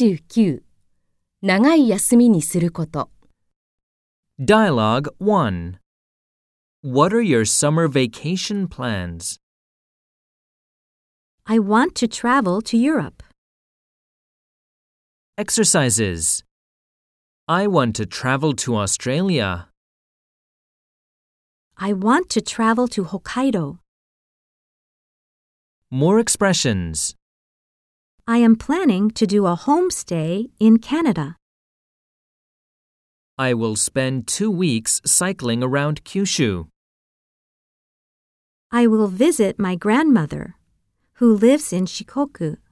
29. 長い休みにすること。 Dialogue 1 What are your summer vacation plans? I want to travel to Europe. Exercises I want to travel to Australia. I want to travel to Hokkaido. More expressions. I am planning to do a homestay in Canada. I will spend two weeks cycling around Kyushu. I will visit my grandmother, who lives in Shikoku.